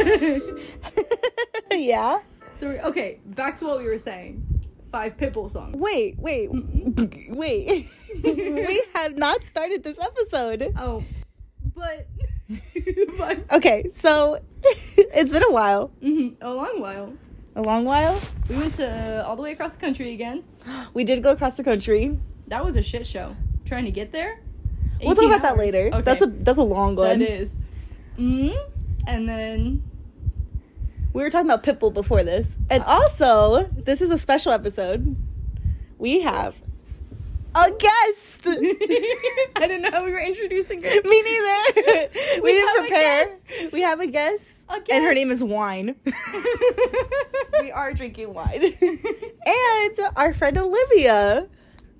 yeah. So okay, back to what we were saying. Five Pitbull songs. Wait, wait, wait. we have not started this episode. Oh, but but Okay, so it's been a while, mhm, a long while. a long while. We went to all the way across the country again. We did go across the country. That was a shit show. Trying to get there. We'll talk 18 about that hours. later. Okay. That's a that's a long one. that is. Mm, and then We were talking about Pitbull before this. And also, this is a special episode. We have a guest. Me I didn't know how we were introducing her. neither. we, We didn't have a prepare. guest. We have a guest, A and her guest. name is Wine. we are drinking wine. and our friend Olivia.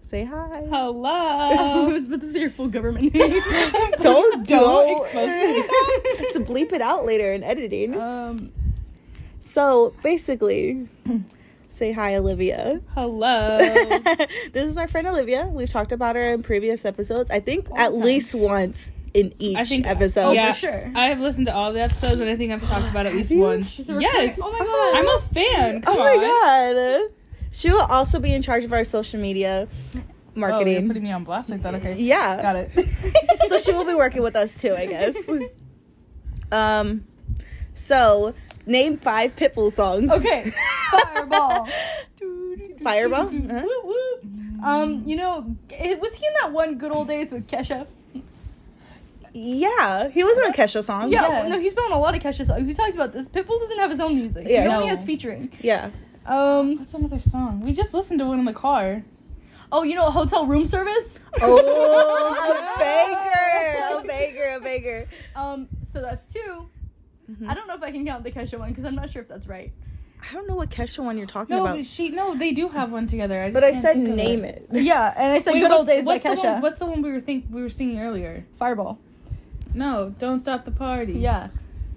Say hi. I Hello. was about to say your full government name. Don't do Don't expose me to to bleep it out later in editing. um, so basically, say hi, Olivia. Oh, Hello. this is our friend Olivia. We've talked about her in previous episodes. I think at the time. oh, least once in each I think episode. for yeah, sure. I have listened to all the episodes, and I think I've talked about it at least Have you? once. she's a recurring- yes, Oh my god. I'm a fan. Oh Come my on. god. She will also be in charge of our social media Oh, you're marketing. putting me on blast like that. Okay, yeah. got it. so she will be working with us too, I guess. Um so name five Pitbull songs. Okay, Fireball. Fireball? Uh-huh. Whoop, whoop. Um, you know, it, was he in that one good old days with Kesha? Yeah. He was in a Kesha song. Yeah, Yeah. no, he's been on a lot of Kesha songs. We talked about this. Pitbull doesn't have his own music. Yeah. He only No. has featuring. Yeah. Um, What's another song? We just listened to one in the car. oh, you know, hotel room service. Oh a banger. A banger, a banger. Um, so that's 2 I don't know if I can count the Kesha one because I'm not sure if that's right. I don't know what Kesha one you're talking No, about. but she. No, they do have one together. I But I said name it. Yeah, and I said good old days by what's The Kesha. one, what's the one we were think we were singing earlier? Fireball. No, don't stop the party. Yeah.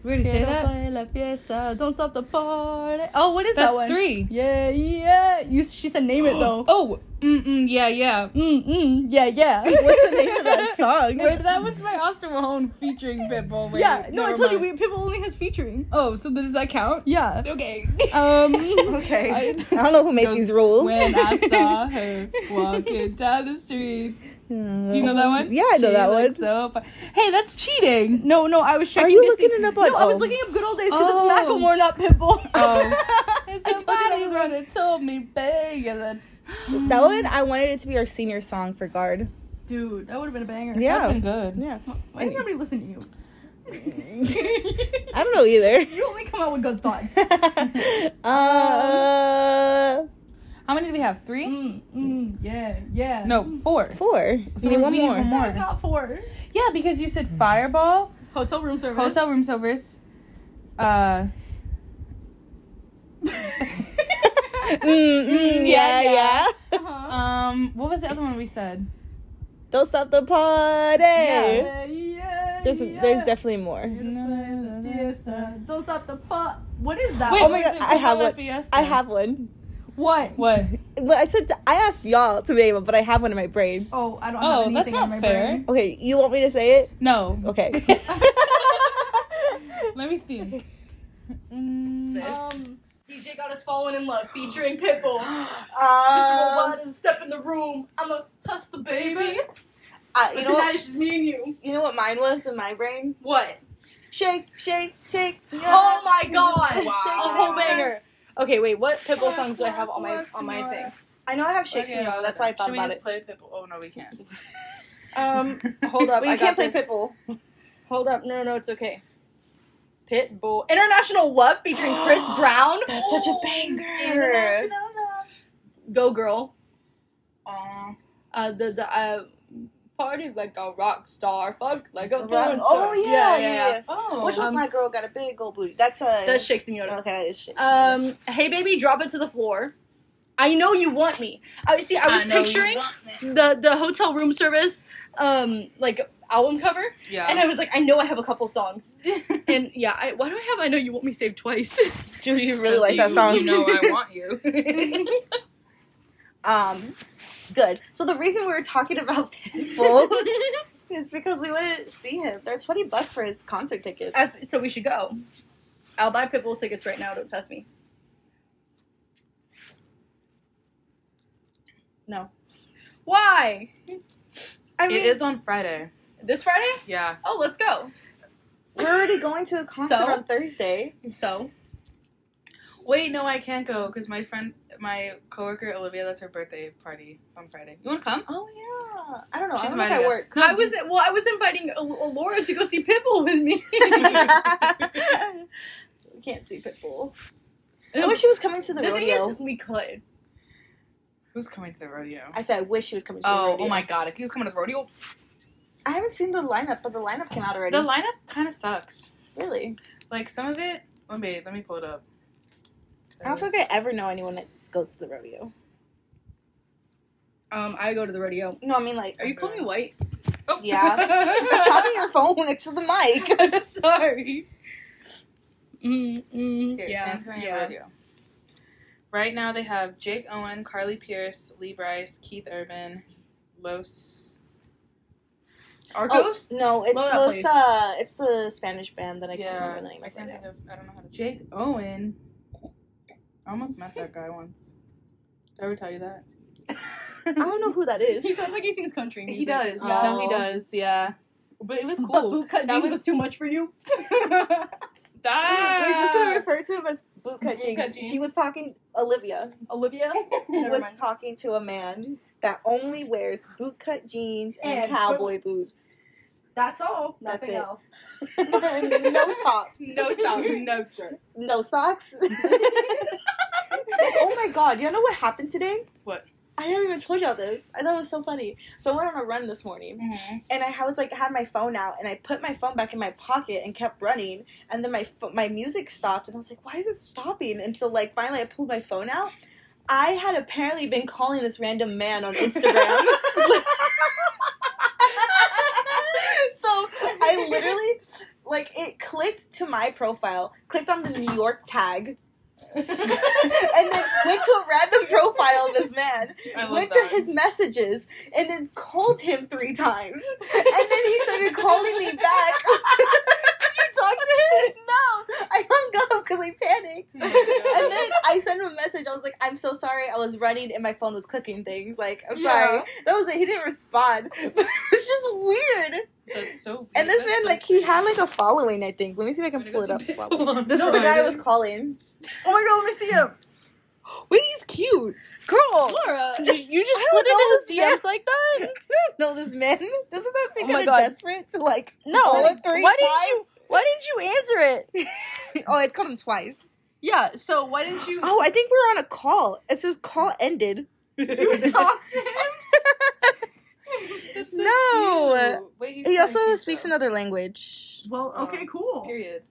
we already say Quiero that. bailar fiesta, Don't stop the party. Oh, what is that That's one? three. Yeah, yeah. You, she said name it though. Oh, mm-mm, yeah, yeah. Mm, mm, yeah, yeah. What's the name of that song? Wait, that one's by Austin Mahone featuring Pitbull. Wait, yeah, no, I never told you, mind. we, people only has featuring. Oh, so does that count? Yeah. Okay. Um. Okay. I, I- don't know who made these rules. When I saw her walking down the street. Do you know Um, that one? Yeah, I know She that one. looked So fu- hey, that's cheating. No, no, I was checking. Are you to looking see- it up on- No, I was oh. looking up good old days because Oh. it's Macklemore, not Pitbull. Oh. I told you that was wrong. that told me, babe. Yeah, that's That one, I wanted it to be our senior song for Guard. Dude, that would have been a banger. Yeah. been good. Yeah. Why didn't nobody listen to you? I don't know either. You only come out with good thoughts. uh, How many do we have? Three? mm, mm, yeah, yeah. No, four. four. So you need we one need more. one more. That's not four. Yeah, because you said fireball, Hotel room service. hotel room service. Uh, Mm, mm, yeah, yeah. Uh-huh. um, what was the other one we said? Don't stop the party. Yeah. Yeah, yeah, There's, yeah. there's definitely more. Fiesta. Don't stop the pot. What is that? Wait, oh my was god, it I have Cinderella one. Fiesta? I have one. what? What? But I said I asked y'all to name it, but I have one in my brain. Oh, I don't have Oh, anything that's in my not fair. brain. Okay, you want me to say it? No. Okay. Let me think. Mm, Um, DJ got us falling in love featuring Pitbull. this Uh, robot is a step in the room. I'm a hustle baby. I- But you, know tonight what, it's just me and you. you know what mine was in my brain? What? Shake, shake, shake. senora. Oh my god! Wow. A whole banger. Okay, wait. What Pitbull songs do I have on my on my thing? I know I have shake, Okay, senora, That's why I thought Should we about just it. play Pitbull? Oh no, we can't. Um, hold up. Well, you I got can't play this. Pitbull. Hold up. No, no, no, it's okay. Pitbull. International Love featuring Chris Brown. That's such a banger. Go Girl. Aw. Uh, the, the, uh, Party like a rock star. Fuck like a porn star. Oh yeah, yeah. yeah. Oh. Which was Um, my girl got a big old booty. That's a That's Shakes and Yoda. okay. That is shake. senora. Um, Hey Baby, Drop It to the Floor. I know you want me. I see. I was picturing the the hotel room service, um, like album cover, Yeah. and I was like, I know I have a couple songs, and yeah, I, why do I have I know you want me saved twice? Julie, you really like that song. You know I want you. Um, good. So the reason we were talking about Pitbull Uh, is because we wanted to see him. They're twenty bucks for his concert tickets. As, so we should go. I'll buy Pitbull tickets right now. Don't test me. No. Why? I it is on Friday. this Friday. Yeah. Oh, let's go. We're already going to a concert So? on Thursday. So Wait, no, I can't go because my friend, my coworker Olivia, that's her birthday party It's on Friday. You want to come? Oh yeah. I don't know. She's I don't know if I inviting us. work. No, I was well. I was inviting Al- Laura to go see Pitbull with me. we can't see Pitbull. I wish he was coming to the, the thing rodeo. is, we could. Who's coming to the rodeo? I said I wish he was coming to the Oh, rodeo. oh my god! If he was coming to the rodeo, I haven't seen the lineup, but the lineup came out already. the lineup kind of sucks. really? Like some of it. Let me let me pull it up. I don't feel like I ever know anyone that goes to the rodeo. Um, I go to the rodeo. No, I mean like Are you calling me white? Oh. Yeah. I'm dropping your phone next to the mic. I'm sorry. Mm, mm, Here, yeah, San Antonio yeah. Radio. Right now they have Jake Owen, Carly Pierce, Lee Bryce, Keith Urban, Los Arcos. Oh, no, it's Blow it up, Los, please. uh, it's the Spanish band that I can't yeah, remember the name I of can't right think now. of. I don't know how to. Jake Owen. I almost met that guy once. Did I ever tell you that? I don't know who that is. He sounds like he sings country music. He does. Oh. Yeah. No, he does. Yeah. But it was But cool. bootcut That jeans was- was... too much for you. Stop. We're just gonna refer to him as bootcut Ah. Bootcut jeans. jeans. She was talking Olivia Olivia. Never was mind. talking to a man that only wears bootcut jeans and, And cowboy boots. boots. That's all. That's Nothing it. else. no top, no top, no shirt. no socks. oh my god, you know what happened today? What? I haven't even told y'all this. I thought it was so funny. So I went on a run this morning. Mm-hmm. and I ha- was like had my phone out and I put my phone back in my pocket and kept running and then my pho- my music stopped and I was like why is it stopping and so like finally I pulled my phone out I had apparently been calling this random man on Instagram so I literally like it clicked to my profile clicked on the New York tag and then went to a random profile of this man I love went that. to his messages and then called him three times. And then he started calling me back. Did you talk to him? No. I hung up because I panicked. Oh my God. And then I sent him a message. I was like, I'm so sorry. I was running and my phone was clicking things. Like, I'm sorry. Yeah. That was it. He didn't respond. But it's just weird. That's so. Weird. And this That's man, so like, he strange. had like a following, I think. Let me see if I can Gotta pull it go up. to while Pitbull. we- This No, is the I guy I didn't. was calling. Oh my god, let me see him. Wait, he's cute. Girl. Laura, You just slid into his DMs like that? No, this man doesn't that seem Oh my kind of God. desperate to like No, call it three why times? didn't Why didn't you answer it? you? Oh, I called him twice. Yeah. So why didn't you? Oh, I think we were on a call. It says call ended. you talked to him. That's so No. cute. Wait, he's He kinda also cute, speaks though. another language. Well, Oh, okay, cool. Period.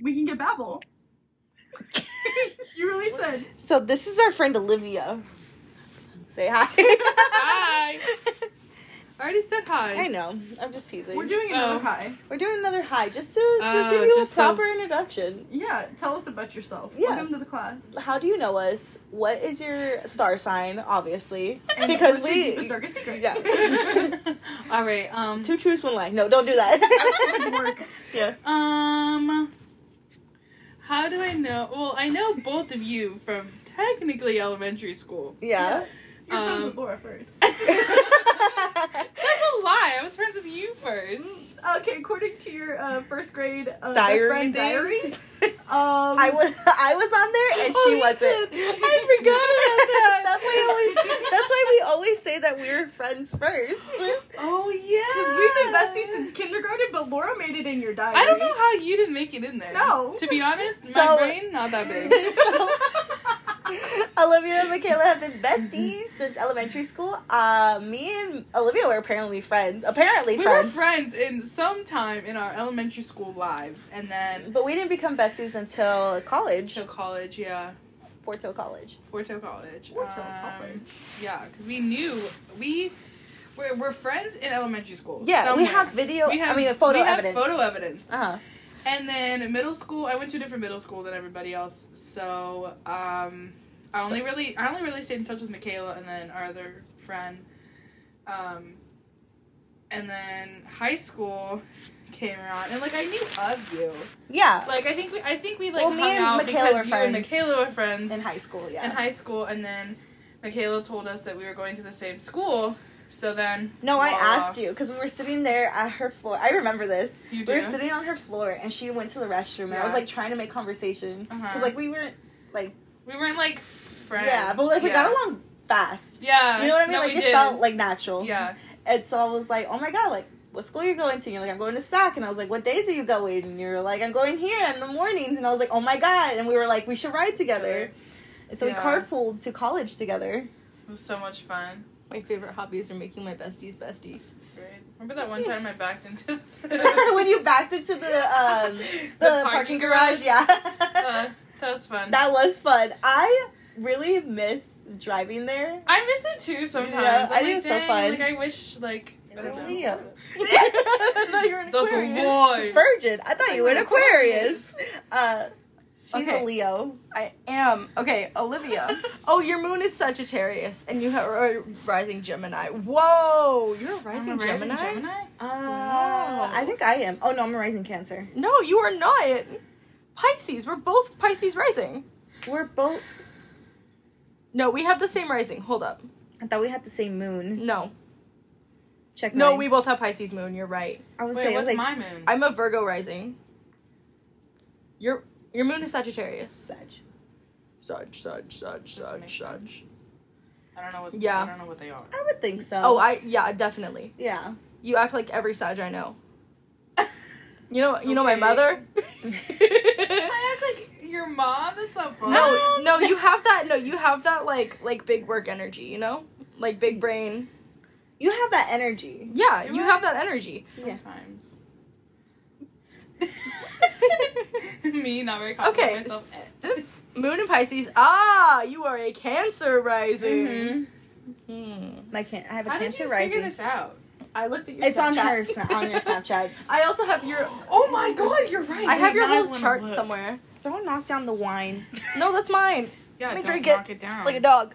We can get Babel. you really said. So this is our friend Olivia. Say hi. Hi. I already said hi. I know. I'm just teasing. We're doing Oh. another high. We're doing another hi just to just Oh, give you just a so- proper introduction. Yeah. Tell us about yourself. Yeah. Welcome to the class. How do you know us? What is your star sign? Obviously, And because what's your deepest, we darkest secret. Yeah. All right. Um. two truths, one lie. No, don't do Good that. work. Um. How do I know? Well, I know both of you from technically elementary school. yeah. You're friends with Um. Laura first. That's a lie. I was friends with you first. Okay, according to your uh, first grade uh, Diary best friend thing? diary, um, I I was I was on there and Oh, she you wasn't. did. I forgot about that. that's why I always that's why we always say that we were friends first. Oh we've been yeah. besties since kindergarten, but Laura made it in your diary. I don't know how you didn't make it in there. No. To be honest, So- my brain not that big. Olivia and Michaela have been besties since elementary school. Uh, me and Olivia were apparently friends. Apparently We were friends. friends in some time in our elementary school lives, and then but we didn't become besties until college. to college, yeah, Forto College. Forto College. Forto Um, College. Yeah, because we knew we were, we're friends in elementary school. Yeah, we somewhere. have video We have, I mean photo we have evidence. photo evidence. uh-huh. And then in middle school, I went to a different middle school than everybody else, so um, I only really I only really stayed in touch with Michaela and then our other friend. Um, and then high school came around, and like I knew of you. Yeah. Like I think we, I think we like Well, hung me and out Michaela were because you and friends. Michaela were friends In high school, yeah. in high school, and then Michaela told us that we were going to the same school. So then, no, I voila, asked you because we were sitting there at her floor. I remember this. You We do? were sitting on her floor, and she went to the restroom. And I was Yeah. like trying to make conversation because Uh-huh. like we weren't like we weren't like friends. yeah, but like we got along fast. Yeah, You know what I mean? No, like we it did. felt like natural. Yeah, And so I was like, oh my god, like what school you're going to? And you're like, I'm going to SAC. And I was like, what days are you going? And you're like, I'm going here in the mornings. And I was like, oh my god. And we were like, we should ride together. And so Yeah. we carpooled to college together. it was so much fun. My favorite hobbies are making my besties besties. Right? Remember that one time I backed into when you backed into the um, the, parking, garage, Uh, yeah. that was fun. that was fun. I really miss driving there. I miss it too sometimes. Yeah, I'm I like, think it's so "Dang," fun. Like I wish like I You're don't a know. Leo. I thought you were an That's a Aquarius. lie. Virgin. I thought you were an Aquarius. Aquarius. Uh, she's Okay. a Leo. I am. Okay, Olivia. oh, your moon is Sagittarius and you have a rising Gemini. Whoa, you're a rising, I'm a Gemini? Uh, Wow. I think I am. Oh no, I'm a rising Cancer. No, you are not. Pisces. We're both Pisces rising. We're both. No, we have the same rising. Hold up. I thought we had the same moon. No. Check. No, mine. we both have Pisces moon. You're right. I was Wait, saying, I was what's like, my moon? I'm a Virgo rising. Your your moon is Sagittarius. Sag. Sag, Sag, Sag, Doesn't Sag, make Sag. sense. I don't know what. Yeah. I don't know what they are. I would think so. Oh, I yeah, definitely. yeah. You act like every Sag I know. You know, you know my Okay. mother. I act like your mom. That's not fun. no, no, you have that. No, you have that like like big work energy. You know, like big brain. You have that energy. Yeah, Do you I? have that energy. Yeah. Sometimes. Me not very confident Okay, in myself. Moon in Pisces. Ah, you are a Cancer Mm-hmm. rising. Hmm. My can. I have a How did Cancer you figure rising. this out? I looked at your. It's on Snapchat. her sna- on your Snapchats. I also have your. Oh my god, you're right. I have your Now whole wanna chart look. somewhere. Don't knock down the wine. No, that's mine. Yeah, Let me don't drink knock it, down. Like a dog.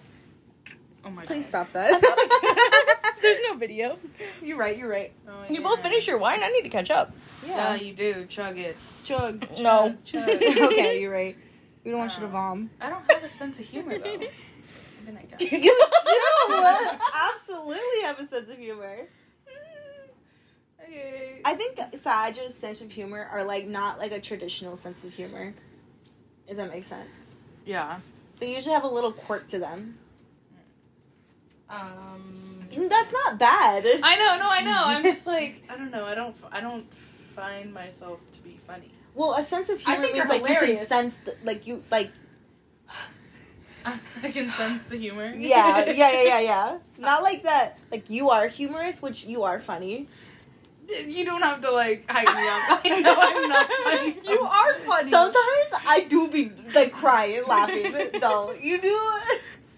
oh my Please god. stop that. There's no video. you're right. You're right. Oh, You yeah. both finished your wine. I need to catch up. Yeah, Yeah. you do. Chug it. Chug. no. chug. okay, you're right. We don't want you to Oh. vom. I don't have a sense of humor though. Then I guess. You do absolutely have a sense of humor. Okay. I think Sag's sense of humor are like not like a traditional sense of humor. If that makes sense. Yeah. They usually have a little quirk to them. Um. That's not bad. I know. No, I know. I'm just like I don't know. I don't. I don't find myself to be funny. Well, a sense of I humor think means they're like you can hilarious. sense the, like you like I can sense the humor. yeah yeah yeah yeah yeah. Not like that. Like you are humorous, which you are funny. You don't have to like hype me up. I know I'm not funny. you are funny. Sometimes I do be like crying, laughing. though you do.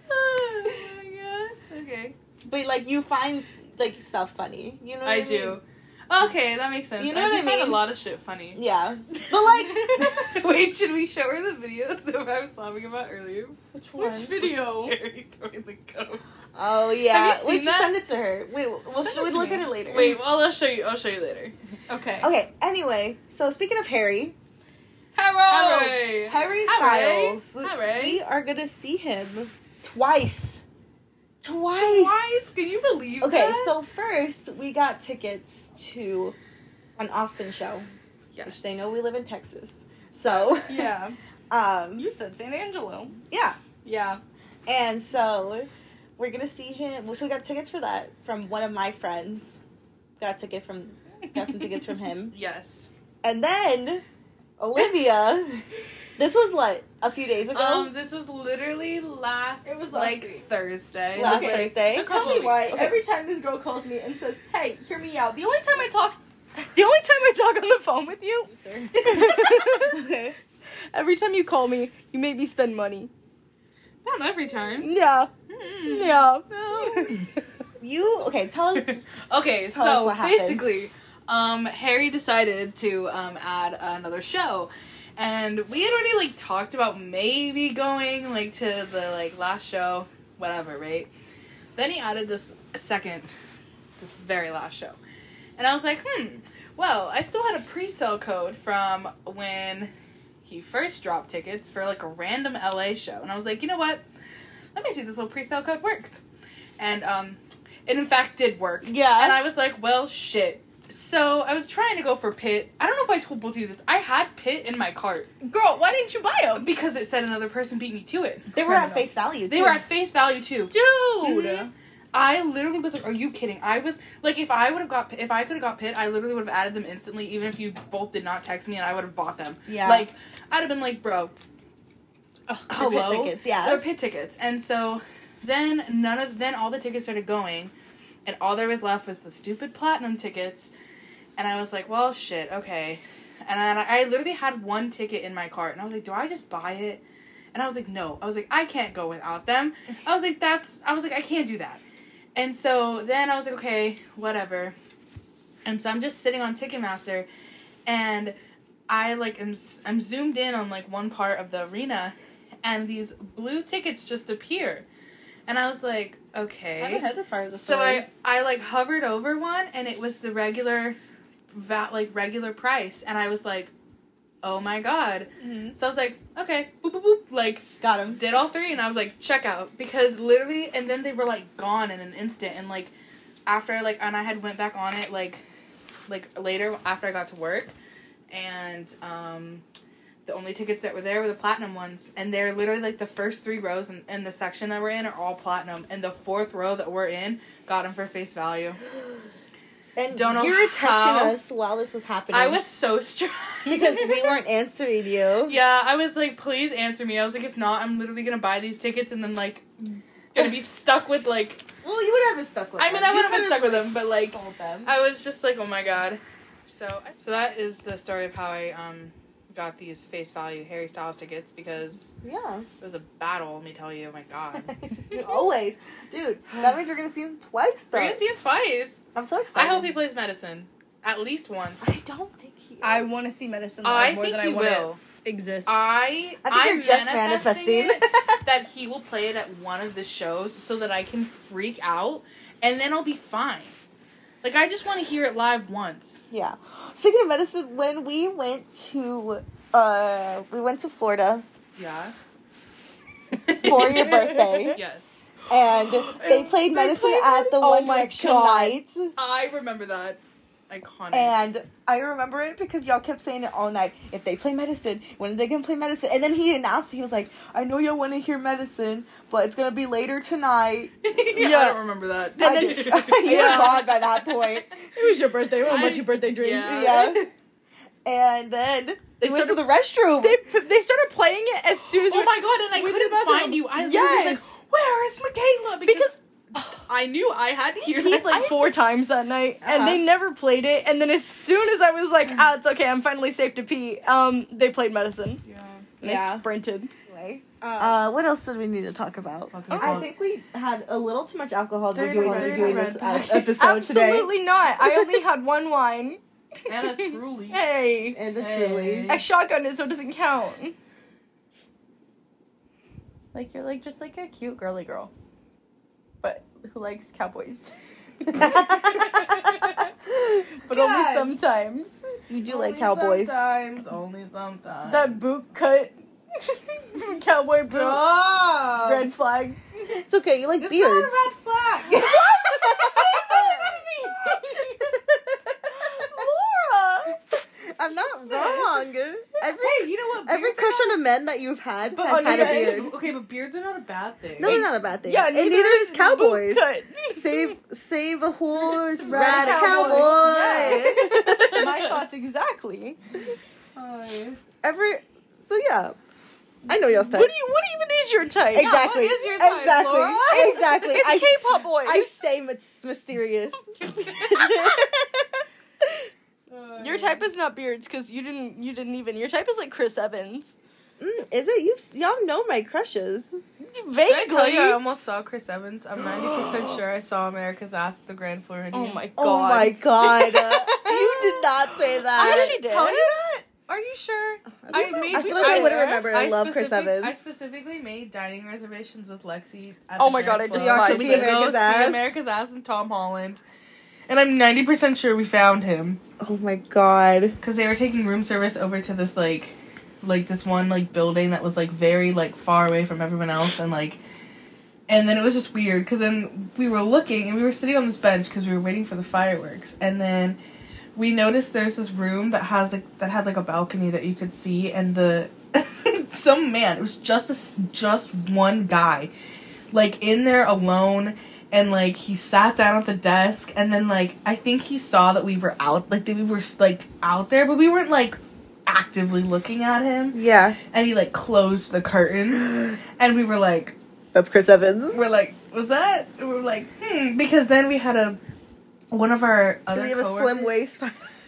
oh my gosh. Okay. But like you find like stuff funny. You know what I, I mean? do. Okay, that makes sense. You know what I do I find mean? a lot of shit funny. Yeah. But like Wait, should we show her the video that I was laughing about earlier? Which Which video? Harry throwing the coat. Oh yeah. Have you Wait, seen just that? send it to her. Wait, we'll Send sh- it we to look me. at it later. Wait, well, I'll show you. I'll show you later. Okay. Okay, anyway, so speaking of Harry, Hello. Hooray! Harry Hooray! Styles. Hooray! We are gonna see him twice. Twice. Twice? Can you believe Okay, that? so first we got tickets to an Austin show. Which they know we live in Texas. So Yeah. um You said San Angelo. yeah. Yeah. And so we're gonna see him. So we got tickets for that from one of my friends. Got a ticket from got some tickets from him. Yes. And then Olivia, this was what a few days ago, Um, this was literally last. It was last like week. Thursday. last okay. Thursday. A Tell couple me why weeks. Okay. every time this girl calls me and says, "Hey, hear me out." The only time I talk, the only time I talk on the phone with you, okay. every time you call me, you make me spend money. Not every time. Yeah, Mm-hmm. Mm. yeah. You okay? Tell us. Okay, Tell us so what happened. basically, um, Harry decided to um, add another show, and we had already like talked about maybe going like to the like last show, whatever, right? Then he added this second, this very last show, And I was like, hmm, well, I still had a pre sale code from when he first dropped tickets for like a random LA show. And I was like, you know what? Let me see if this little pre sale code works. And um, it in fact did work. Yeah. And I was like, well, shit. So I was trying to go for Pit. I don't know if I told both of you this. I had Pit in my cart Girl, why didn't you buy them? because it said another person beat me to it. They were at face value. They too. were at face value too. Dude! Mhm. I literally was like, "Are you kidding?" I was like, "If I would have got, if I could have got Pit, I literally would have added them instantly, even if you both did not text me, and I would have bought them." yeah. Like, I'd have been like, "Bro, They're pit hello, tickets. Yeah. they're Pit tickets." And so, then none of then all the tickets started going, and all there was left was the stupid platinum tickets, and I was like, "Well, shit, okay." And I, I literally had one ticket in my cart, and I was like, "Do I just buy it?" And I was like, "No." I was like, "I can't go without them." I was like, that's, I was like, I can't do that. And so then I was like, okay, whatever. And so I'm just sitting on Ticketmaster and I like, am, s- I'm zoomed in on like one part of the arena and these blue tickets just appear. And I was like, I okay. haven't heard this part of the So story. I I like hovered over one and it was the regular va- like regular price and I was like, "Oh my god." Mhm. So I was like, "Okay, boop boop boop." Like got him. did all three and I was like check out because literally and then they were like gone in an instant and like after I like and I had went back on it like like later after I got to work and um the only tickets that were there were the platinum ones and they're literally like the first three rows in, in the section that we're in are all platinum and the fourth row that we're in got them for face value. And Don't know you were texting how. us while this was happening. I was so stressed because we weren't answering you. Yeah, I was like, please answer me. I was like, if not, I'm literally gonna buy these tickets and then like gonna be stuck with like Well, you would have been stuck with. I mean, I would have been stuck with them, but like, Sold them. I was just like, oh my god. So, so that is the story of how I um got these face value Harry Styles tickets because Yeah. it was a battle. Let me tell you, oh my god, Always, dude. That means we're gonna see him twice. Though we're gonna see him twice. I'm so I excited. hope he plays medicine at least once. I don't think he. Is. I want to see Medicine Live I more think than he I want will. to exist. I I think I'm you're just manifesting. it. that he will play it at one of the shows so that I can freak out and then I'll be fine. Like I just want to hear it live once. yeah. Speaking of medicine, when we went to, uh, we went to Florida Yeah. for your birthday, Yes. and they played They medicine played at the Medi- Oh One my Direction God. night. I remember that. Iconic. And I remember it because y'all kept saying it all night. If they play medicine, when are they gonna play medicine? And then he announced he was like, "I know y'all want to hear medicine, but it's gonna be later tonight." yeah, I Yeah. don't remember that. I did- you were Yeah. gone by that point. it was your birthday. What I- about your birthday dreams? Yeah. Yeah. And then They we went to started- the restroom. They they started playing it as soon as Oh we my god, and I We did couldn't bathroom. find you. I literally was yes like, where is Michaela? because. I knew I had to hear He that. peed like four times that night, and Uh-huh. they never played it. And then as soon as I was like, "Ah, it's okay, I'm finally safe to pee," um, they played medicine. Yeah. And Yeah. I sprinted. Anyway, Uh, uh, what else did we need to talk about? I think we had a little too much alcohol to They're do gonna doing, red- doing they're this gonna uh, red- episode today. Absolutely not. I only had one wine. Anna truly. Hey, And a Hey. truly. I shotgunned it, so it doesn't count. Like you're like just like a cute girly girl, but who likes cowboys? but God. only sometimes. you do like cowboys. Sometimes, only sometimes. That boot cut, cowboy boot, Stop. Um, red flag. It's okay, you like It's beards. not a red flag. Laura. I'm not wrong. Every Hey, you know what? every Beards are crush not- on a man that you've had But have had a okay. beard. beard. Okay, but beards are not a bad thing. No, they're not a bad thing. Yeah, and neither is boot cowboys. cut. Save save a horse, Ride ride a a cowboy. cowboy. My thoughts exactly. Every so yeah, I know y'all's type. What do you? What even is your type? exactly, what is your type, exactly, Laura? exactly. It's I, K-pop boys. I stay mys- mysterious. your type is not beards because you didn't. You didn't even. Your type is like Chris Evans. Mm, is it you? Y'all know my crushes. Did I tell Vaguely. you I almost saw Chris Evans? I'm 90% sure I saw America's Ass at the Grand Floridian. Oh my god. Oh my god, you did not say that. I Did she did. tell you that? Are you sure? I made. I feel like I would have remembered. I, love Chris specific- Evans. I specifically made dining reservations with Lexi. At Oh the my Grand God, I despise Floridian so we that. could go America's see Ass. America's Ass and Tom Holland. And I'm 90% sure we found him. Oh my god. Because they were taking room service over to this, like, like this one like building that was like very like far away from everyone else and like and then it was just weird because then we were looking and we were sitting on this bench because we were waiting for the fireworks and then we noticed there's this room that has like that had like a balcony that you could see and the some man it was just a, s- just one guy like in there alone and like he sat down at the desk and then like i think he saw that we were out like that we were like out there but we weren't like actively looking at him Yeah, and he like closed the curtains and we were like that's Chris Evans. we're like, was that? We were like, hmm, because then we had a one of our Do other we have a coworkers- slim waist?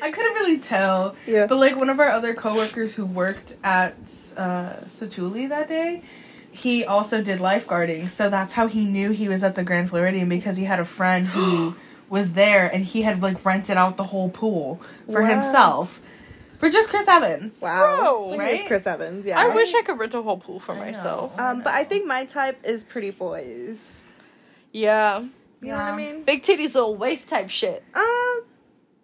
I couldn't really tell, yeah. but like one of our other coworkers who worked at uh, Satuli that day, he also did lifeguarding, so that's how he knew he was at the Grand Floridian because he had a friend who was there and he had like rented out the whole pool for Wow. himself for just Chris Evans. Wow. Whoa, Look at right? this Chris Evans, yeah. I wish I could rent a whole pool for I know, myself. um, but know. I think my type is pretty boys. Yeah. You know what Yeah. I mean? Big titties, little waist type shit. Um,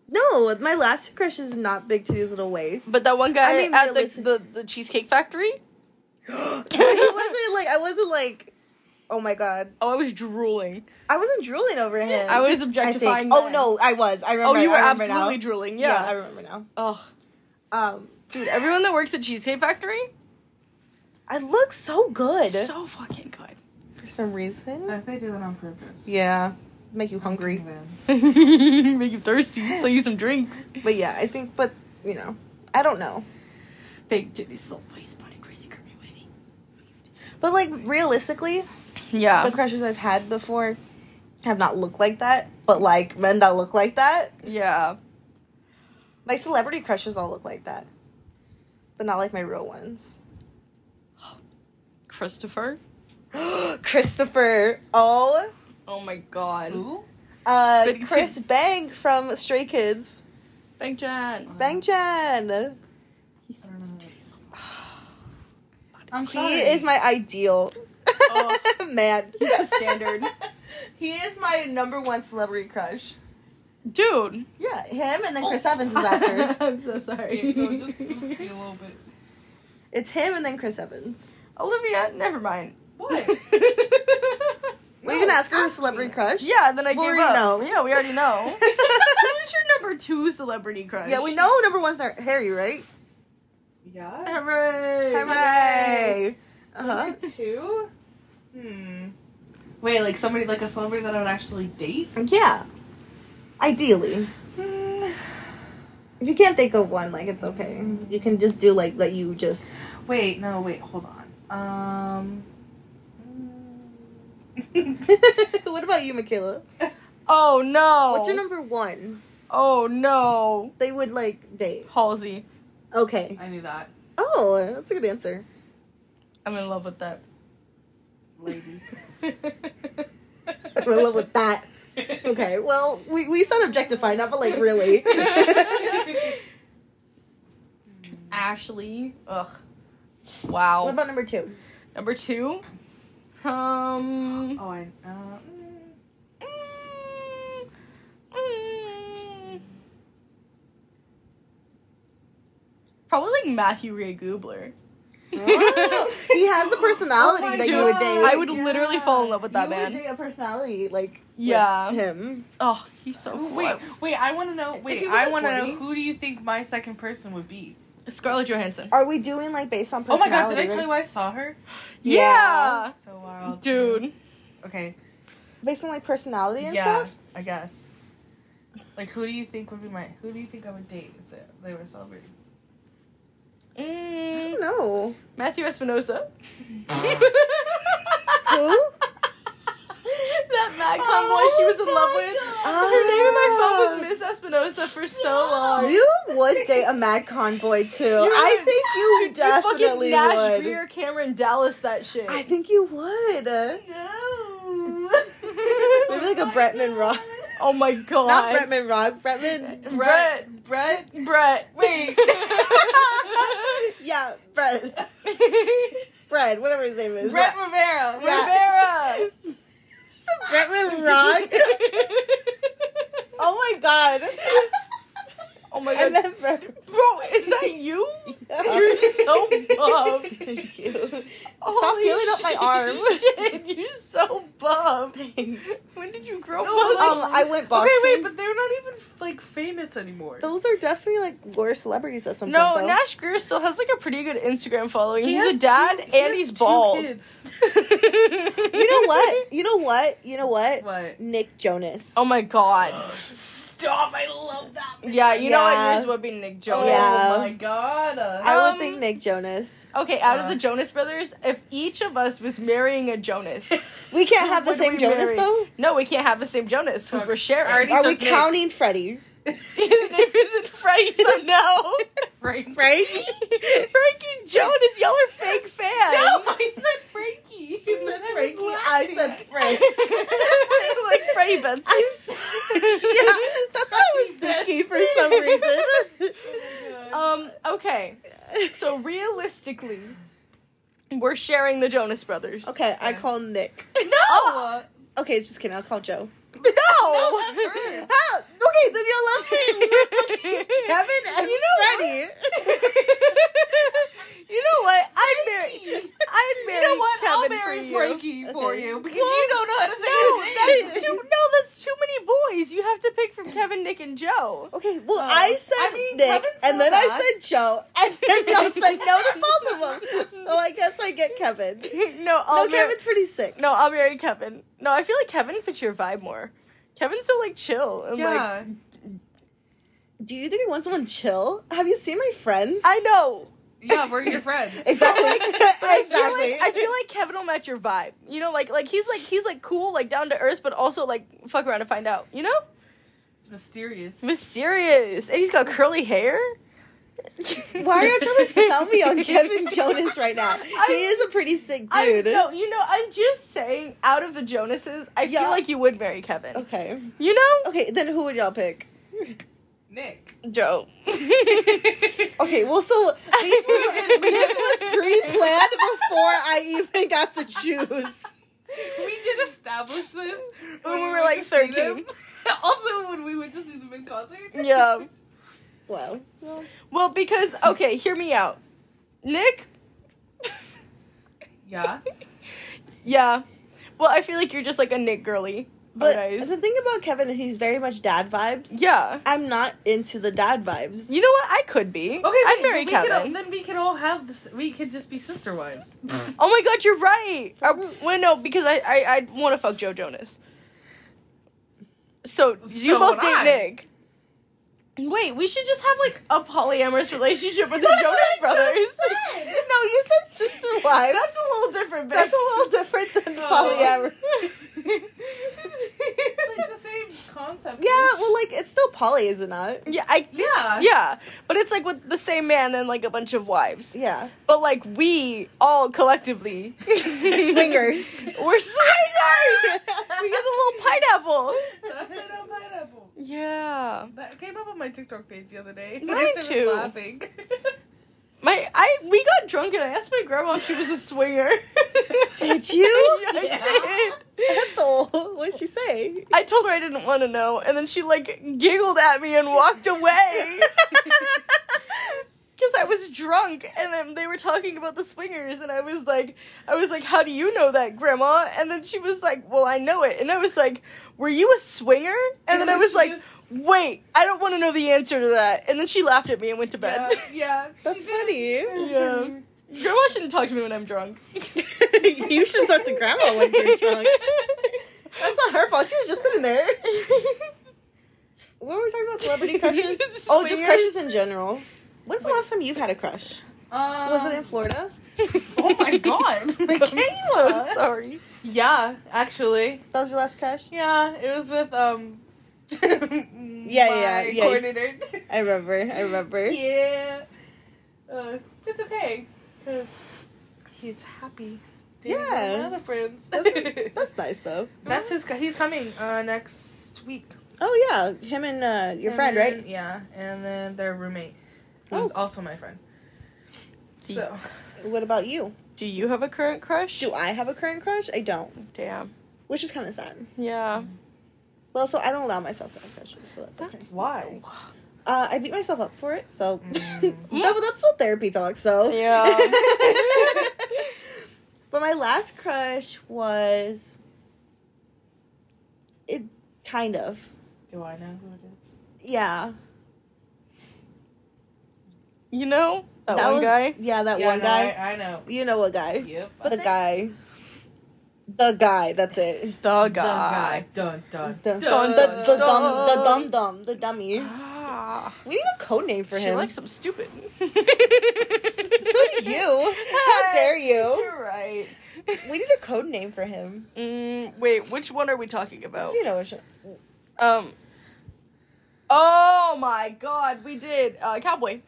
no, my last crush is not big titties, little waist. But that one guy I mean, at the, realistic- the, the Cheesecake Factory? it wasn't like I wasn't like, oh my god, Oh, I was drooling. I wasn't drooling over him. I was I think. objectifying. Oh men. no, I was. Oh, I remember. you were I remember absolutely now. drooling. Yeah. I Yeah. remember now. Ugh. Um, Dude, everyone that works at Cheesecake Factory, I look so good so fucking for some reason. I think Uh, they do that on purpose. Yeah, make you hungry. good. Make you thirsty. Sell you some drinks. But yeah, I think. But you know, I don't know. Big titties, little waist, body, crazy, curvy, witty. But like realistically, Yeah. the crushes I've had before have not looked like that. But like men that look like that, yeah. like celebrity crushes, all look like that. But not like my real ones. Christopher. Christopher. Oh. Oh my god. Uh, But it's- Chris Bang from Stray Kids. Bang Jan. Bang Chan. I'm He is my ideal Oh. man. He's the standard. he is my number one celebrity crush. Dude. Yeah, him and then Oh. Chris Evans is after. I'm so sorry. it's him and then Chris Evans. Olivia, never mind. Were What? you gonna ask her a celebrity crush? yeah, then I We gave already up. know. Yeah, we already know. Who's your number two celebrity crush? yeah, we know number one's not Harry, right? Yeah. Hooray! Harry. Uh huh. Two. Hmm. Wait, like somebody like a celebrity that I would actually date? Yeah. Ideally, Hmm. if you can't think of one, like it's okay. You can just do like that. You just Wait, no, wait, hold on. Um. what about you, Michaela? Oh no! What's your number one? Oh no! They would like date. Halsey. Okay. I knew that Oh, that's a good answer. I'm in love with that. lady. I'm in love with that. Okay, well, we, we sound objectified, not but like really. Ashley. Ugh. what Wow. about number two? Number two. Um. oh, I. Uh, mm. mm, mm. Probably like Matthew Ray Goobler. Oh, he has the personality Oh my that you God. would date. I would literally fall in love with that you man. would date a personality like with Yeah. him. Oh, he's so cool. Wait, wait! I want to know. he Wait, was I a want to know. flirty- Who do you think my second person would be? Scarlett Johansson. Are we doing like based on Oh my personality? god! Did I tell you I saw her? Yeah. So wild, Dude. Okay. Based on like personality and yeah, stuff? I guess. Like, who do you think would be my? Who do you think I would date if they- they were celebrating? I Mm, don't know. Matthew Espinosa. Who? That Mad Con Oh boy she was in my love with. God. Her name in my phone was Miss Espinosa for so long. Ah. You would date a mad convoy too. I would. think you Dude, definitely you fucking Nash would. Greer Cameron Dallas that shit. I think you would. No. Maybe like a Bretman Rock. oh my god. Not Bretman Rock. Bretman. Brett. Brett. Brett. Wait. yeah, Brett. Brett, whatever his name is. Rivera. Yeah. Rivera. It's a Bretman rock. oh my god. Oh my I god. never. Bro, is that you? You're so buff. Thank you. Stop Holy feeling up my arm. shit, You're so buff. Thanks. When did you grow No, up? Um, I went boxing. Okay, wait, but they're not even like famous anymore. Those are definitely like gore celebrities at some no, point. though. Nash Greer still has like a pretty good Instagram following. He he's has a dad two- he and has he's two bald. kids. You know what? You know what? You know what? What? Nick Jonas. Oh my god. Stop! I love that. Man. Yeah, you know Yeah. what? Yours would be Nick Jonas. Yeah. Oh my god. Uh, I would um, think Nick Jonas. Okay, out of Uh. the Jonas brothers, if each of us was marrying a Jonas, We can't have the would same we Jonas marry? though. no, we can't have the same Jonas because Okay. we're sharing. Already- Are we took Nick. counting Freddy? His name isn't Freddie, so no. Frank. Right? Frankie Jonas, y'all are fake fans. No, I said Frankie. You said Frankie, Frankie. I said Frank. like Freddie Benson. I'm s- yeah, that's what I was thinking for some Oh reason. Um, okay. So realistically, we're sharing the Jonas brothers. Okay, I call Nick. No! Oh, Okay, just kidding. I'll call Joe. no! her. Ah, okay, then you love him. Kevin and You know Freddie. you know what? I'd marry I'd marry You know what? Kevin I'll marry for you. Frankie for Okay. you because you don't know how to say No, his name. that's too no, that's too many boys. You have to pick from Kevin, Nick, and Joe. Okay, well, Oh. I said I mean, Nick, Kevin's and so then hot. I said Joe, and then y'all said no to both of them. So I guess I get Kevin. no, I'll No, marry- Kevin's pretty sick. No, I'll marry Kevin. No, I feel like Kevin fits your vibe more. Kevin's so like chill Oh and like Yeah. Do you think I want someone chill? Have you seen my friends? I know. yeah, we're your friends. exactly. I feel like- exactly. I feel like Kevin will match your vibe. You know, like like he's like he's like cool, like down to earth, but also like fuck around and find out. You know, It's mysterious. mysterious, and he's got curly hair. Why are you trying to sell me on Kevin Jonas right now? he is a pretty sick I, dude. no, you know, I'm just saying. Out of the Jonases, I Yeah. feel like you would marry Kevin. Okay. You know, Okay, then who would y'all pick? Nick. Joe. Okay, well, so these were, this was pre-planned before I even got to choose. We did establish this When we were, went like, to see 13. them. also, when we went to see them in concert. yeah. Well, Well, because okay, hear me out. Nick, Yeah. yeah. Well, I feel like you're just like a Nick girly. but Alright. the thing about Kevin is he's very much dad vibes. Yeah. I'm not into the dad vibes. You know what? I could be. Okay. I'd wait, marry but we could all- Kevin. then we could all have this. We could just be sister wives. oh my god, you're right. For Or, real. well, no, because I I, I want to fuck Joe Jonas. So, you So both would date I. Nick. Wait, we should just have like a polyamorous relationship with the Jonas Brothers. no, you said sister wives. That's a little different. That's babe. a little different than Oh. polyamory. it's like the same concept. Yeah, well, like it's still poly, is it not? yeah, I think Yeah. yeah. yeah, but it's like with the same man and like a bunch of wives. Yeah, But like we all collectively swingers. We're swingers. we get the little pineapple. That's it on pineapple. Yeah. That came up on my TikTok page the other day. and Mine I started too. Laughing. My I we got drunk and I asked my grandma if she was a swinger. Did you? Yeah, Yeah. I did. Ethel, what'd she say? I told her I didn't want to know, and then she like giggled at me and walked away. Because I was drunk, and then they were talking about the swingers, and I was like, I was like, how do you know that, Grandma? And then she was like, well, I know it, and I was like, were you a swinger? And then I was she like, just- wait, I don't want to know the answer to that. And then she laughed at me and went to bed. Yeah, yeah. That's she did. funny. Yeah. Grandma shouldn't talk to me when I'm drunk. you should talk to grandma when you're drunk. That's not her fault. She was just sitting there. What were we talking about? Celebrity crushes? oh, Swingers. just crushes in general. When's the last time you've had a crush? Um, Was it in Florida? Oh my god. so Michaela! sorry. yeah, actually. That was your last crush? Yeah, it was with um yeah, my yeah. coordinator. I remember. I remember. yeah. Uh, it's okay cuz he's happy. dating with Yeah. my other friends. That's, that's nice though. That's who's co- he's coming uh next week. Oh yeah, him and uh, your And friend, then- right? Oh. Yeah, and then their roommate who's also my friend. See. So, What about you? Do you have a current crush? Do I have a current crush? I don't. Damn. which is kind of sad. Yeah. Well, so I don't allow myself to have crushes, so that's, okay. That's- Why? Uh, I beat myself up for it, so that, that's what therapy talks. So Yeah. but my last crush was it kind of Do I know who it is? yeah You know that, one was- guy. yeah that Yeah, one no, guy I, I know. you know what guy Yep. but the guy the guy that's it The guy. The guy. Dun dun. the Dun, the, the dumb the dun. dumb dumb the dummy Ah, we need a code name for she him likes him stupid. so so do you how dare you You're right. we need a code name for him Mm, wait, which one are we talking about? you know which Um. Oh my God, we did uh, cowboy.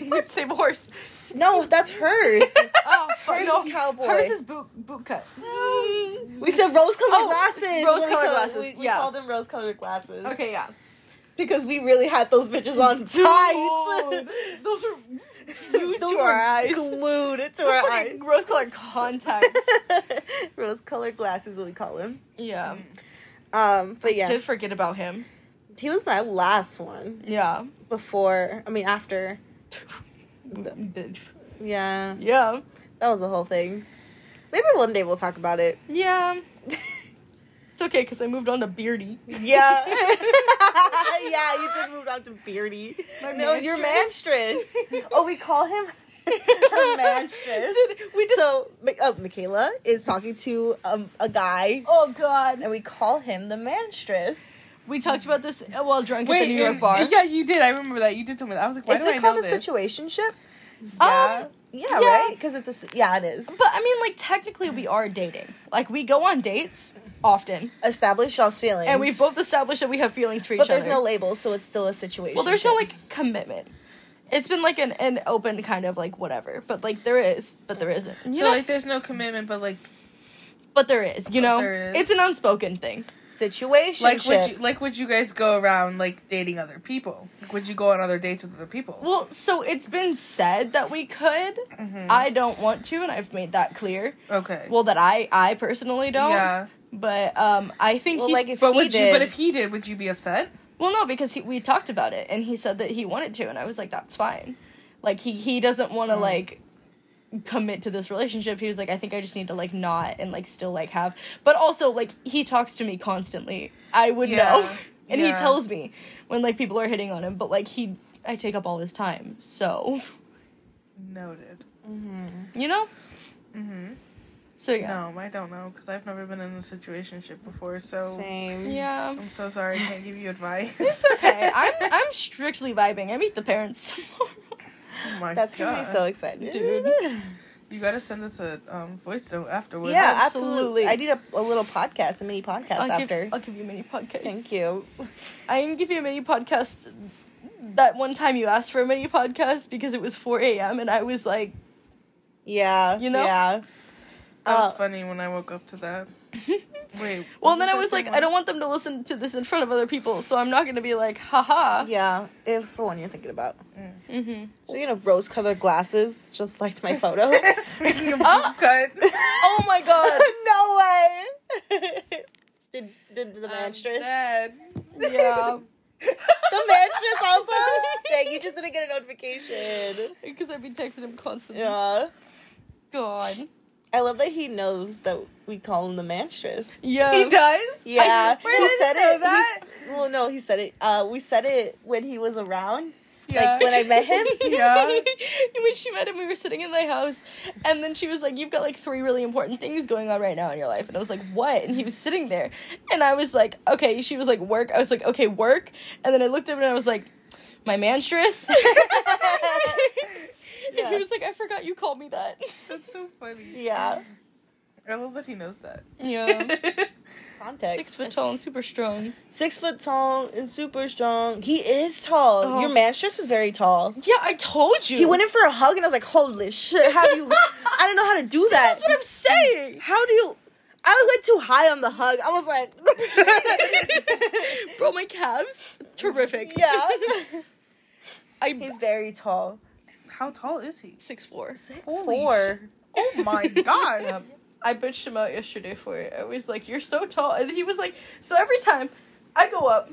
Let's save a horse. no that's hers Oh, fuck, hers no. is cowboy Mm. Hers is boot boot cut. We said rose colored Oh, glasses. rose-colored We call- glasses, We, we yeah. called them rose colored glasses. Okay, yeah. Because we really had those bitches on Dude, tight. Oh, Those were used Those to our were eyes. Glued to The our fucking eyes. Rose colored contacts. rose colored glasses, what we call him. Mm. yeah. Um, but yeah, Did forget about him. he was my last one Yeah. before. I mean, after. Yeah, Yeah. that was the whole thing. Maybe one day we'll talk about it. Yeah. It's okay because I moved on to Beardy. yeah, yeah, you did move on to Beardy. My no, you're manstress. manstress. oh, we call him a manstress. Did, we just. so Mi- oh, Michaela is talking to um, a guy, oh God. and we call him the manstress. We talked about this uh, while drunk at the New York and- bar. Yeah, you did. I remember that. You did tell me that. I was like, why is do it I called know a Oh, this? situationship? Yeah. Yeah, Yeah. right. Because it's a s- yeah, it is. um, But I mean, like technically, we are dating. Like we go on dates often, Establish y'all's feelings, and we've both established that we have feelings for each But there's other. no label, so it's still a situation. well, there's no like commitment. It's been like an, an open kind of like whatever, but like there is, but there isn't. You so know? like, there's no commitment, but like, but there is. You But know, there is. it's an unspoken thing. situation. like would you like would you guys go around like dating other people? Like, would you go on other dates with other people? Well, so it's been said that we could. I don't want to, and I've made that clear. okay. Well, that I I personally don't. yeah. But um, I think Well, he's like if But he would did, you? But if he did, would you be upset? Well, no, because he, we talked about it, and he said that he wanted to, and I was like, "That's fine." Like he he doesn't want to like commit to this relationship. He was like, "I think I just need to like not and like still like have," but also like he talks to me constantly. I would Yeah. know, and he Yeah. tells me when like people are hitting on him, but like he I take up all his time, so Noted. you know. Mm-hmm. So yeah, No, I don't know because I've never been in a situationship before. So same, yeah, I'm so sorry. I can't give you advice. it's okay. I'm I'm strictly vibing. I meet the parents tomorrow. oh my that's God. gonna be so excited, Dude. You gotta send us a um, voice note afterwards. Yeah, Absolutely. absolutely. I need a, a little podcast, a mini podcast I'll give, after. I'll give you a mini podcast. Thank you. I didn't give you a mini podcast that one time you asked for a mini podcast because it was 4 a.m. and I was like, Yeah, You know? Yeah. That was Uh, funny when I woke up to that. Wait. well, wasn't then I that was the like, one? I don't want them to listen to this in front of other people, so I'm not going to be like, haha. Yeah, it's the one you're thinking about. Mm-hmm. Speaking of rose colored glasses, just like my photo. Speaking of Ah! boot cut. Oh my god. no way! did, did the I'm manstress? dead. yeah. The manstress also? Dang, you just didn't get a notification. Because I've been texting him constantly. Yeah. God. I love that he knows that we call him the manstress. Yeah. He does? Yeah, where he did said I know it. that? he's- well, no, he said it. Uh, we said it when he was around. Yeah. Like when I met him. Yeah. And when she met him, we were sitting in my house, and then she was like, "You've got like three really important things going on right now in your life," and I was like, "What?" And he was sitting there, and I was like, "Okay." She was like, "Work." I was like, "Okay, work." And then I looked up and I was like, "My manstress." And he Yeah. was like, "I forgot you called me that." That's so funny. yeah. I love that he knows that. Yeah, Context. six foot tall and super strong. Six foot tall and super strong. He is tall. Oh. Your manstress is very tall. Yeah, I told you. He went in for a hug, and I was like, "Holy shit! How do you? I don't know how to do that. That's what I'm saying. How do you? I went too high on the hug. I was like, Bro, my calves, terrific. yeah. I He's very tall. How tall is he? six four. Six Holy four. Oh my Oh god. I bitched him out yesterday for it. I was like, "You're so tall," and he was like, "So every time I go up,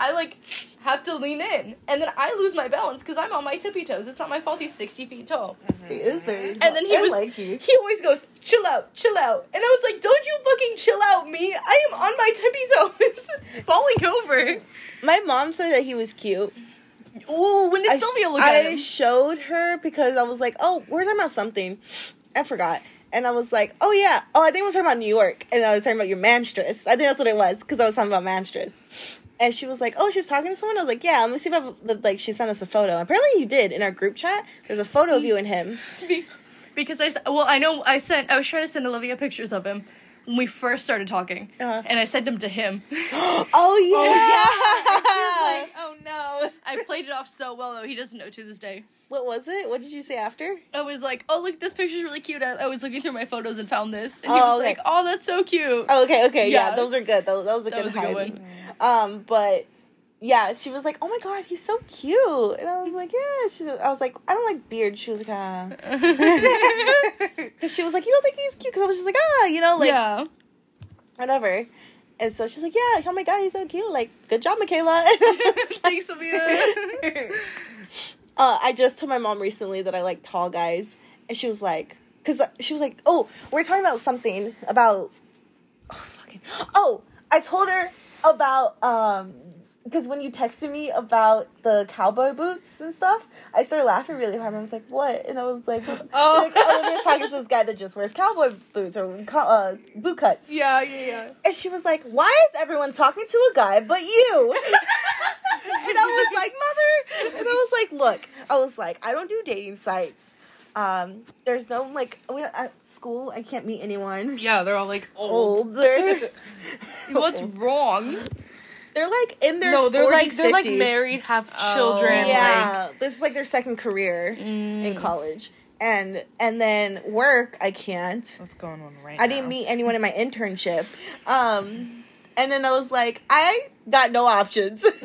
I like have to lean in, and then I lose my balance because I'm on my tippy toes. It's not my fault. He's sixty feet tall." He is very. And then he was lanky. he always goes, chill out, chill out. And I was like, don't you fucking chill out, me. I am on my tippy toes, falling over. My mom said that he was cute. Ooh, when did I, Sylvia look I at him? showed her because I was like, oh, we're talking about something. I forgot. And I was like, oh, yeah. Oh, I think we're talking about New York. And I was talking about your manstress. I think that's what it was because I was talking about manstress. And she was like, oh, she's talking to someone. I was like, yeah, let me see if I've, like, she sent us a photo. Apparently you did in our group chat. There's a photo of you and him. Because I, s- well, I know I sent, I was trying to send Olivia pictures of him when we first started talking. Uh-huh. And I sent them to him. Oh, yeah. like, oh no. I played it off so well, though. He doesn't know to this day. what was it? What did you say after? I was like, oh, look, this picture's really cute. I, I was looking through my photos and found this. And he was Oh, okay. like, oh, that's so cute. Oh, okay, okay, yeah, Yeah. those are good. That, that was a That good was a good hiding. Um, but yeah, she was like, "Oh my god, he's so cute," and I was like, "Yeah." She, I was like, "I don't like beard." She was like, "Ah," because she was like, "You don't think he's cute?" Because I was just like, "Ah," you know, like yeah. whatever. And so she's like, "Yeah, oh my god, he's so cute. Like, good job, Michaela." And I was like- Thanks, Olivia. uh, I just told my mom recently that I like tall guys, and she was like, because she was like, oh, we're talking about something about, oh, fucking, oh, I told her about, um, because when you texted me about the cowboy boots and stuff, I started laughing really hard. I was like, what? And I was like, oh, like, Olivia's talking to this guy that just wears cowboy boots or co- uh, boot cuts. yeah, yeah, yeah. And she was like, why is everyone talking to a guy but you? and I was like, mother. And I was like, look, I was like, I don't do dating sites. Um, there's no like we don't, at school. I can't meet anyone Yeah, they're all like old. older. What's wrong? They're like in their no, they're like 40s, they're like 50s. married, have Oh. children. Yeah, this is like their second career Mm. in college, and and then work. I can't. Like, let's go on one right I now. didn't meet anyone in my internship. Um, and then I was like, I got no options.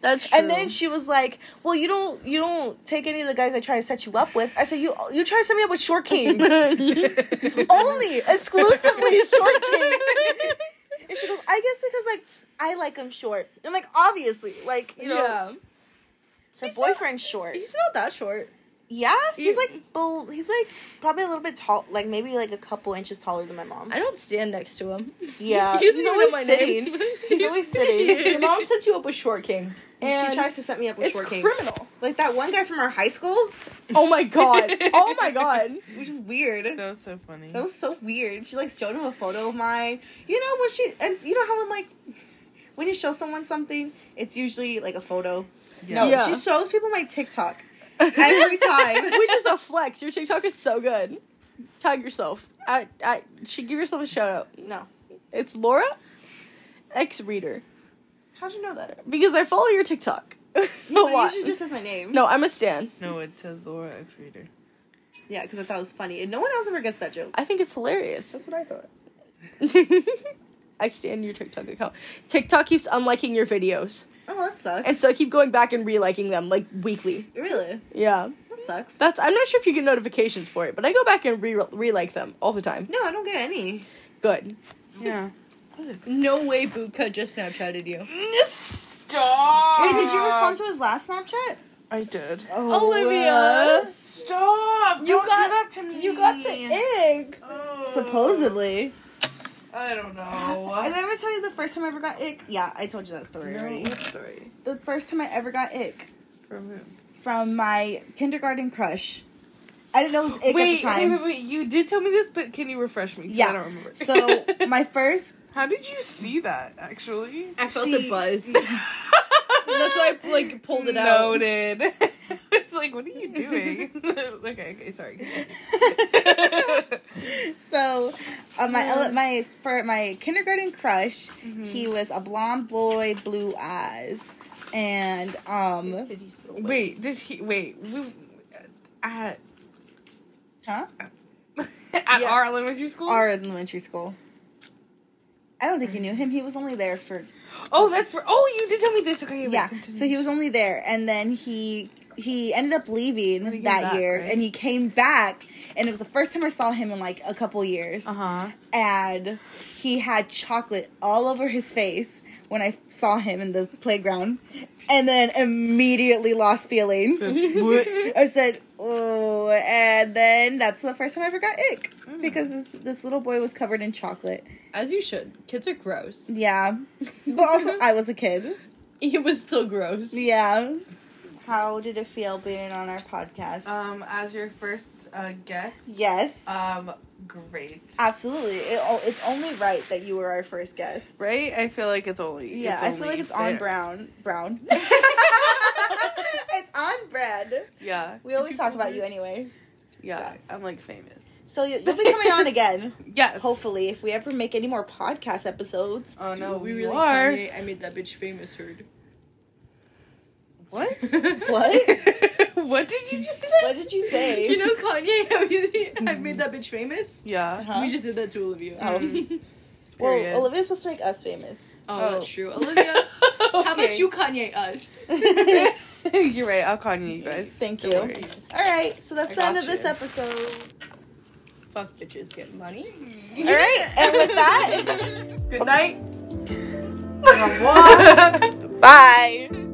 That's true. And then she was like, "Well, you don't you don't take any of the guys I try to set you up with." I said, "You you try to set me up with short kings Oh, only, exclusively short kings." and she goes, "I guess because like I like him short." I'm like, obviously, like you know, yeah, her boyfriend's short. he's not that short. yeah, he's he- like bel- he's like probably a little bit tall, like maybe like a couple inches taller than my mom. I don't stand next to him. Yeah, He he's, doesn't even know always my sitting. name. He's always sitting. Your mom sets you up with short kings, and she tries to set me up with it's short kings. criminal. Like that one guy from our high school, Oh my god! Oh my god! which is weird. That was so funny. That was so weird. She like showed him a photo of mine. You know when she and you know how when like when you show someone something, it's usually like a photo. No, Yeah. she shows people my TikTok every time. Which is a flex. Your TikTok is so good. Tag yourself. I I should give yourself a shout out. no, It's Laura, ex reader, how'd you know that? because I follow your TikTok. No, a but it lot. usually just says my name. No, I'm a stan. No, it says Laura X Reader. yeah, because I thought it was funny, and no one else ever gets that joke. I think it's hilarious. That's what I thought. I stand your TikTok account. TikTok keeps unliking your videos, Oh, that sucks. and so I keep going back and reliking them like weekly. really, Yeah, that sucks. that's. I'm not sure if you get notifications for it, but I go back and re relike them all the time. no, I don't get any. Good. Yeah. No way, Bootcut just Snapchatted you. Stop. Wait, did you respond to his last Snapchat? I did. Oh, Olivia. Stop! You Don't do got that to me. You got the egg. Oh. supposedly. I don't Did know. I ever tell you the first time I ever got ick? Yeah, I told you that story already. Sorry. The first time I ever got ick From who? from my kindergarten crush. I didn't know it was ick wait, at the time. wait, wait, wait. You did tell me this, but can you refresh me? 'Cause Yeah. I don't remember. So my first, How did you see that, actually? I felt the buzz. That's why I like pulled it out. Noted. it's like, what are you doing? okay, okay, sorry. so uh, my ele- my for my kindergarten crush, Mm-hmm. he was a blonde boy, blue eyes, and um, wait, did he? Wait, we. uh, At, huh? at Yeah. our elementary school? Our elementary school. I don't think you knew him. He was only there for oh, that's right. Oh, you did tell me this. Okay, wait, yeah. continue. So he was only there, and then he he ended up leaving he came that back, year right? and he came back and it was the first time I saw him in like a couple years. huh. And he had chocolate all over his face when I saw him in the playground and then immediately lost feelings. I said, "Oh," and then that's the first time I ever got ick because this, this little boy was covered in chocolate. As you should. Kids are gross. Yeah, but also I was a kid. It was still gross. Yeah. How did it feel being on our podcast? Um, as your first uh, guest, yes, um, great. absolutely. It, o- it's only right that you were our first guest. Right? I feel like it's only. Yeah, I feel like it's on brown. Brown. it's on brand. Yeah. We always talk about you anyway. Yeah. I'm like famous. So you, you'll be coming on again, Yes. hopefully, if we ever make any more podcast episodes. Oh no, we we really really are. Kanye, I made that bitch famous heard. What? What? what did you just say? What did you say? You know Kanye, I made- I made that bitch famous? Yeah. Huh? We just did that to all of you. Oh. oh, Period. Well, Olivia's supposed to make us famous. that's true. Olivia, how about Oh. Okay. you Kanye us? You're right. I'll Kanye you guys. Thank Don't you. worry. All right, so that's I the end got of this you. episode. Fuck bitches get money. All right, and with that, Good night. Au revoir. bye.